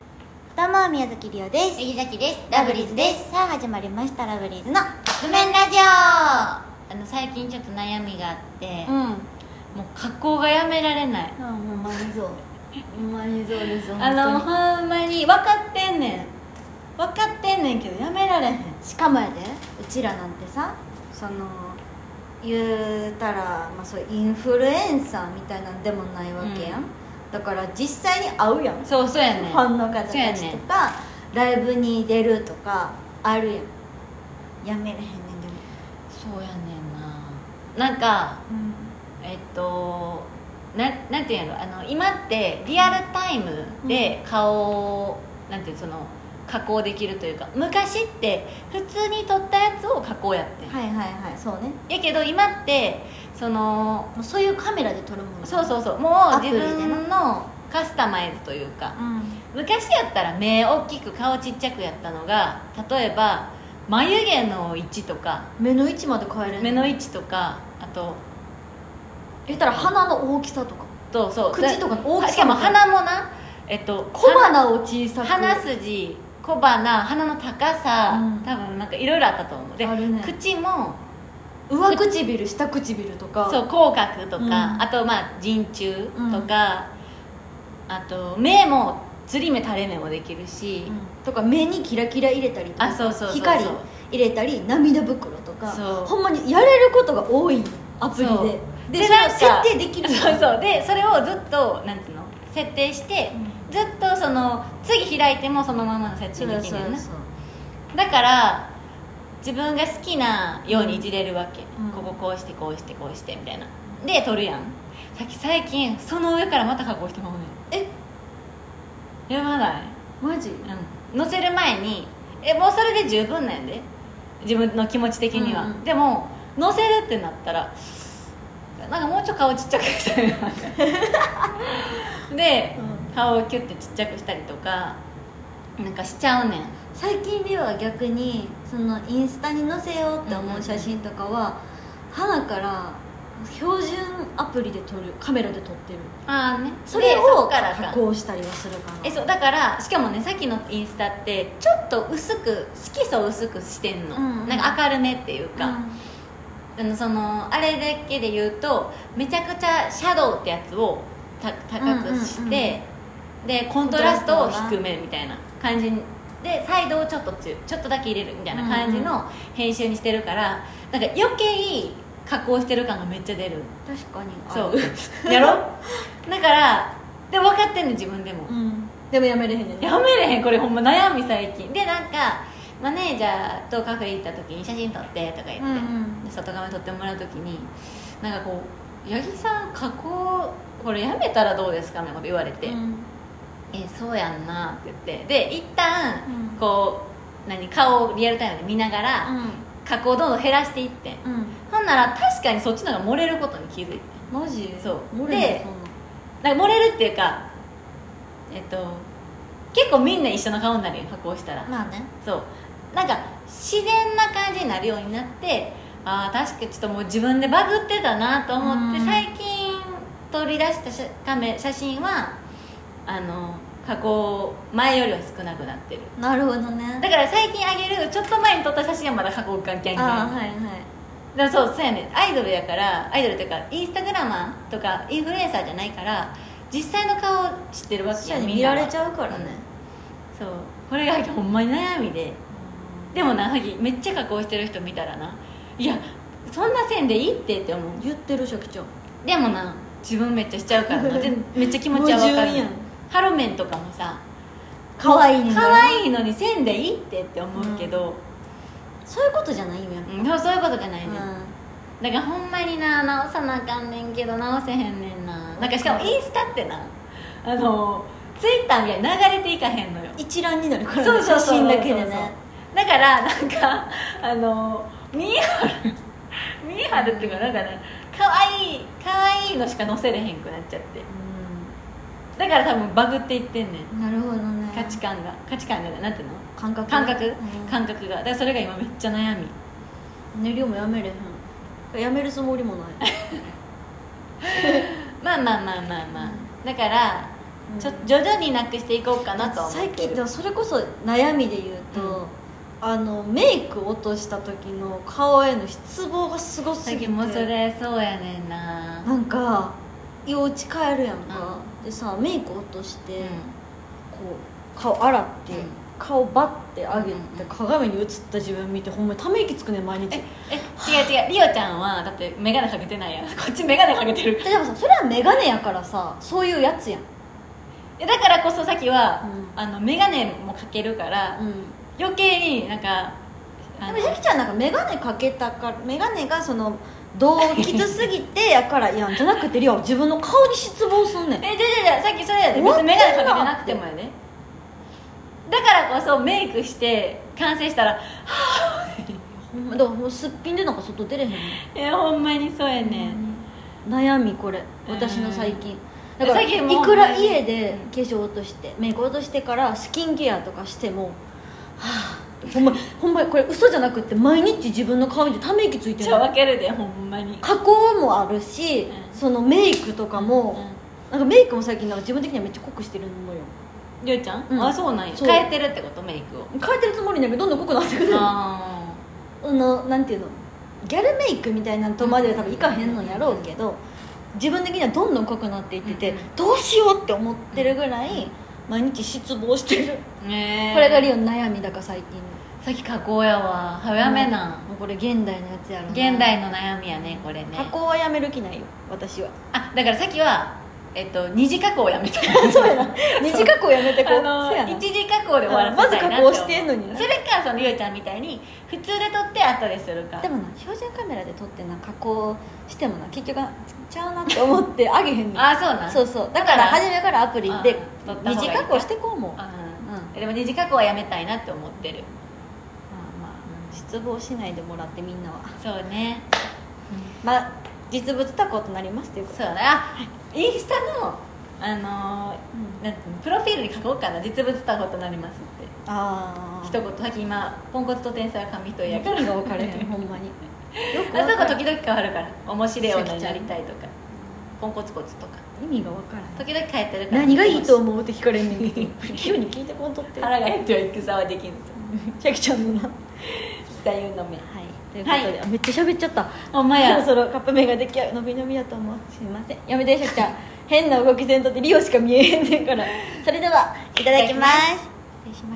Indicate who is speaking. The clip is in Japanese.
Speaker 1: どうも宮崎りおです
Speaker 2: 杉崎です
Speaker 1: さあ始まりましたラブリーズの
Speaker 2: 覆面ラジオあの最近ちょっと悩みがあって、
Speaker 1: ん
Speaker 2: もう加工がやめられない
Speaker 1: あほんまにそうほんまにそうです
Speaker 2: あのほんまに分かってんねん分かってんねんけどやめられへん
Speaker 1: しかもやでうちらなんてさその言うたら、まあ、そうインフルエンサーみたいなんでもないわけやん、
Speaker 2: うん
Speaker 1: だから実際に会うやん
Speaker 2: そうそうやねん
Speaker 1: ファンの方た
Speaker 2: そうやね
Speaker 1: ちとか、ライブに出るとかあるやんやめれへんねんでも
Speaker 2: そうやねんななんか
Speaker 1: うん
Speaker 2: えっとななんていうんやろあの今ってリアルタイムで顔を、なんていうその加工できるというか昔って普通に撮ったやつを加工やってん、
Speaker 1: はいはいはいそうね
Speaker 2: やけど今ってその
Speaker 1: もうそういうカメラで撮るもの
Speaker 2: そうそうそうも
Speaker 1: ア
Speaker 2: う
Speaker 1: プ
Speaker 2: 自
Speaker 1: リでな
Speaker 2: 分のカスタマイズというか
Speaker 1: ん
Speaker 2: 昔やったら目大きく顔ちっちゃくやったのが例えば眉毛の位置とか
Speaker 1: 目の位置まで変えれる
Speaker 2: 目の位置とかあと
Speaker 1: 言ったら鼻の大きさとか
Speaker 2: とそう
Speaker 1: 口とかの大きさ
Speaker 2: しかも
Speaker 1: も
Speaker 2: 鼻もなえっと
Speaker 1: 小鼻を小さく
Speaker 2: 鼻鼻筋小鼻鼻の高さ、
Speaker 1: うん
Speaker 2: 多分なんかいろいろあったと思うで、
Speaker 1: あるね
Speaker 2: 口も
Speaker 1: 上唇下唇とか
Speaker 2: そう口角とか、
Speaker 1: うん
Speaker 2: あとまあ人中とか、あと目もつり目垂れ目もできるし、
Speaker 1: うんとか目にキラキラ入れたりとか
Speaker 2: あそうそうそうそう
Speaker 1: 光入れたり涙袋とか
Speaker 2: そう
Speaker 1: ほんまにやれることが多いのアプリ
Speaker 2: そう
Speaker 1: でで
Speaker 2: で
Speaker 1: それ
Speaker 2: なん
Speaker 1: を
Speaker 2: か
Speaker 1: 設定できるの
Speaker 2: そうそうでそれをずっとなんていうの設定して、
Speaker 1: う
Speaker 2: ずっとその次開いてもそのままの設
Speaker 1: そう
Speaker 2: 定
Speaker 1: そ
Speaker 2: で
Speaker 1: う
Speaker 2: き
Speaker 1: そ
Speaker 2: る
Speaker 1: う
Speaker 2: ねだから自分が好きなようにいじれるわけ、
Speaker 1: うん
Speaker 2: こここうしてこうしてこうしてみたいなで撮るやんさっき最近その上からまた加工してもらうね
Speaker 1: え
Speaker 2: んやばない
Speaker 1: マジ
Speaker 2: うん載せる前にえもうそれで十分なんやで自分の気持ち的には、
Speaker 1: うんうん
Speaker 2: でも載せるってなったらなんかもうちょい顔ちっちゃくしたいなで、
Speaker 1: う
Speaker 2: 顔をキュッてちっちゃくしたりとかなんかしちゃうねん
Speaker 1: 最近では逆にそのインスタに載せようって思う写真とかは花から標準アプリで撮るカメラで撮ってる
Speaker 2: ああね
Speaker 1: それ
Speaker 2: で
Speaker 1: を
Speaker 2: っから
Speaker 1: 加
Speaker 2: か
Speaker 1: 工したりはするかな
Speaker 2: えそうだからしかもねさっきのインスタってちょっと薄く色素を薄くしてんの、
Speaker 1: うんうん
Speaker 2: なんか明るめっていうか、
Speaker 1: うん
Speaker 2: あのそのあれだけで言うとめちゃくちゃシャドウってやつをた高くし
Speaker 1: う
Speaker 2: て、
Speaker 1: んうんうん
Speaker 2: でコントラストを低めみたいな感じでサイドをちょっと強いちょっとだけ入れるみたいな感じの編集にしてるから、なんか余計加工してる感がめっちゃ出る
Speaker 1: 確かにある
Speaker 2: そう やろだからで分かってんの自分でも、
Speaker 1: うんでもやめれへんねんね
Speaker 2: やめれへんこれほんま悩み最近でなんかマネージャーとカフェ行った時に写真撮ってとか言って、
Speaker 1: うんうん
Speaker 2: で外側に撮ってもらう時になんかこう「八木さん加工これやめたらどうですか?」みたいなこと言われて
Speaker 1: う
Speaker 2: 「
Speaker 1: ん
Speaker 2: えそうやんな」って言ってで一旦
Speaker 1: うん
Speaker 2: こう、何顔をリアルタイムで見ながら、加工をどんどん減らしていってん
Speaker 1: うんうん
Speaker 2: ほんなら確かにそっちの方が漏れることに気づいてん
Speaker 1: マジ
Speaker 2: そう
Speaker 1: 漏れへん
Speaker 2: で
Speaker 1: そんな
Speaker 2: なんか漏れるっていうかえっと結構みんな一緒の顔になるよ加工したら
Speaker 1: まあね
Speaker 2: そうなんか自然な感じになるようになってああ確かにちょっともう自分でバグってたなと思って
Speaker 1: うん
Speaker 2: 最近撮り出した写カメ写真はあの加工前よりは少なくなってる
Speaker 1: なるほどね
Speaker 2: だから最近あげるちょっと前に撮った写真はまだ加工関係ない
Speaker 1: ああはいはい
Speaker 2: でもそうそうやねアイドルやからアイドルっていうかインスタグラマーとかインフルエンサーじゃないから実際の顔を知ってるわ
Speaker 1: 確
Speaker 2: け
Speaker 1: か
Speaker 2: や
Speaker 1: に
Speaker 2: み
Speaker 1: 見
Speaker 2: んな
Speaker 1: ら
Speaker 2: は
Speaker 1: れちゃうからね
Speaker 2: そうこれがほんまに悩みででもなハギめっちゃ加工してる人見たらないやそんな線でいいってって思う
Speaker 1: 言ってるシャキちゃん
Speaker 2: でもな自分めっちゃしちゃうからなでめっちゃ気持ちは分か
Speaker 1: 矛
Speaker 2: る
Speaker 1: 盾やん
Speaker 2: ハロメンとかもさ
Speaker 1: 可愛いね
Speaker 2: 可愛いのに線でいいってって思うけど、
Speaker 1: そういうことじゃないよやっぱ
Speaker 2: うんそうそういうことじゃないね、
Speaker 1: うん
Speaker 2: だからほんまにな直さなあかんねんけど直せへんねんななんかしかもインスタってなあのツイッターみたいに流れていかへんのよ
Speaker 1: 一覧になるからね
Speaker 2: そうそうそう
Speaker 1: 写真だけでね
Speaker 2: だからなんか あの見えはる見えはるっていうかなんかね可愛い可愛いのしか載せれへんくなっちゃってだから多分バグっていってんねん
Speaker 1: うんなるほどね
Speaker 2: 価値観が価値観がねなんていうの
Speaker 1: 感覚
Speaker 2: 感覚、
Speaker 1: うん
Speaker 2: 感覚がだからそれが今めっちゃ悩み
Speaker 1: 寝るよもやめれへんやめるつもりもない
Speaker 2: まあまあまあまあまあだから
Speaker 1: うん
Speaker 2: ちょ徐々になくしていこうかなとは思
Speaker 1: 最
Speaker 2: って
Speaker 1: 近
Speaker 2: る
Speaker 1: でもそれこそ悩みで言うと、
Speaker 2: うん
Speaker 1: あのメイク落とした時の顔への失望がすごすぎ
Speaker 2: 最
Speaker 1: て
Speaker 2: 近もうそれそうやねんな
Speaker 1: なんかお家帰るやんか、でさメイク落として、こう顔洗って、
Speaker 2: うん
Speaker 1: 顔バッて上げて、
Speaker 2: うんうん
Speaker 1: 鏡に映った自分見てほんまにため息つくねん毎日
Speaker 2: ええ違う違うリオちゃんはだって眼鏡かけてないやんこっち眼鏡かけてる
Speaker 1: ででもさそれは眼鏡やからさそういうやつやん、
Speaker 2: えだからこそさっきは、
Speaker 1: うん
Speaker 2: あの眼鏡もかけるから、余計になんかあ
Speaker 1: で
Speaker 2: の
Speaker 1: もゆきちゃんなんか眼鏡かけたから眼鏡がその動きつすぎてやからいやんじゃなくてりょう自分の顔に失望すんねん
Speaker 2: えじゃじゃじゃさっきそれやで
Speaker 1: 終わ
Speaker 2: 別
Speaker 1: って
Speaker 2: に
Speaker 1: んな
Speaker 2: 眼鏡かけてなくてもやでだからこそメイクして完成したら
Speaker 1: ほんまだからもうすっぴんでなんか外出れへんねん
Speaker 2: えほんまにそうやねん
Speaker 1: 悩みこれ私の最近だ
Speaker 2: うん
Speaker 1: から
Speaker 2: 最近もう
Speaker 1: いくら家で化粧落としてメイク落としてからスキンケアとかしてもはあほんまほんまこれ嘘じゃなくって毎日自分の顔見てため息ついて
Speaker 2: ち
Speaker 1: る
Speaker 2: ょ分けるでほんまに
Speaker 1: 加工もあるし
Speaker 2: うん
Speaker 1: そのメイクとか
Speaker 2: う
Speaker 1: も
Speaker 2: ん
Speaker 1: なんかメイクも最近なんか自分的にはめっちゃ濃くしてるのよ
Speaker 2: りょうちゃん、
Speaker 1: うん
Speaker 2: あそうなんや
Speaker 1: そう
Speaker 2: 変えてるってことメイクを
Speaker 1: 変えてるつもりなんやけどどんどん濃くなってくる
Speaker 2: あ
Speaker 1: あのなんていうのギャルメイクみたいなんとまでは多分いかへんのやろうけど自分的にはどんどん濃くなっていってて、
Speaker 2: うんうん
Speaker 1: どうしようって思ってるぐらい毎日失望してる、
Speaker 2: ーねえ
Speaker 1: これがリオの悩みだから最近の
Speaker 2: さっき加工やわ早めな、
Speaker 1: もうこれ現代のやつやろな
Speaker 2: 現代の悩みやねこれね
Speaker 1: 加工はやめる気ないよ私 は
Speaker 2: あだからさっきはえっと二次加工をやめた
Speaker 1: そうやな二次加工やめてこう
Speaker 2: あ
Speaker 1: そうや
Speaker 2: の
Speaker 1: な
Speaker 2: 一次加工で終わらせたいなって
Speaker 1: ま
Speaker 2: 思う
Speaker 1: ず加工してんのにな
Speaker 2: それかそのゆうちゃんみたいに普通で撮って後でするか
Speaker 1: でもな標準カメラで撮ってな加工してもな結局ちゃうなって思ってあげへんねん
Speaker 2: あそうなん
Speaker 1: そうそうだから初めからアプリで
Speaker 2: あ撮った方がいい
Speaker 1: 二次加工してこうもん
Speaker 2: あ
Speaker 1: うん
Speaker 2: うんでも二次加工はやめたいなって思ってる
Speaker 1: まあまあ失望しないでもらってみんなは
Speaker 2: そうね
Speaker 1: まあ実物タコとなりますということ
Speaker 2: そうだあインスタのあ
Speaker 1: う
Speaker 2: の
Speaker 1: ん
Speaker 2: ーなんていうのプロフィールに書こうかな実物たことになりますって
Speaker 1: あ
Speaker 2: 一言さっき今ポンコツと天才は紙一重や けど
Speaker 1: 中身が分かれへんほんまによく
Speaker 2: あそこ
Speaker 1: ん
Speaker 2: 時々変わるから面白い女になりたいとかポンコツコツとか
Speaker 1: 意味が分からへん
Speaker 2: 時々変えてるから
Speaker 1: 何がいいと思うって聞かれんねんけど 急に聞いてこんとって
Speaker 2: 腹が減っては戦はできんと
Speaker 1: シャキちゃんのなはい
Speaker 2: 座右の目
Speaker 1: ということで、
Speaker 2: はい
Speaker 1: あめっちゃ喋っちゃった
Speaker 2: ほんま
Speaker 1: そろ
Speaker 2: や
Speaker 1: そろカップ麺が出来上が伸び伸びやと思うすいませんやめてシャキちゃん 変な動きせんとってリオしか見えへんねんからそれではいただきます失礼します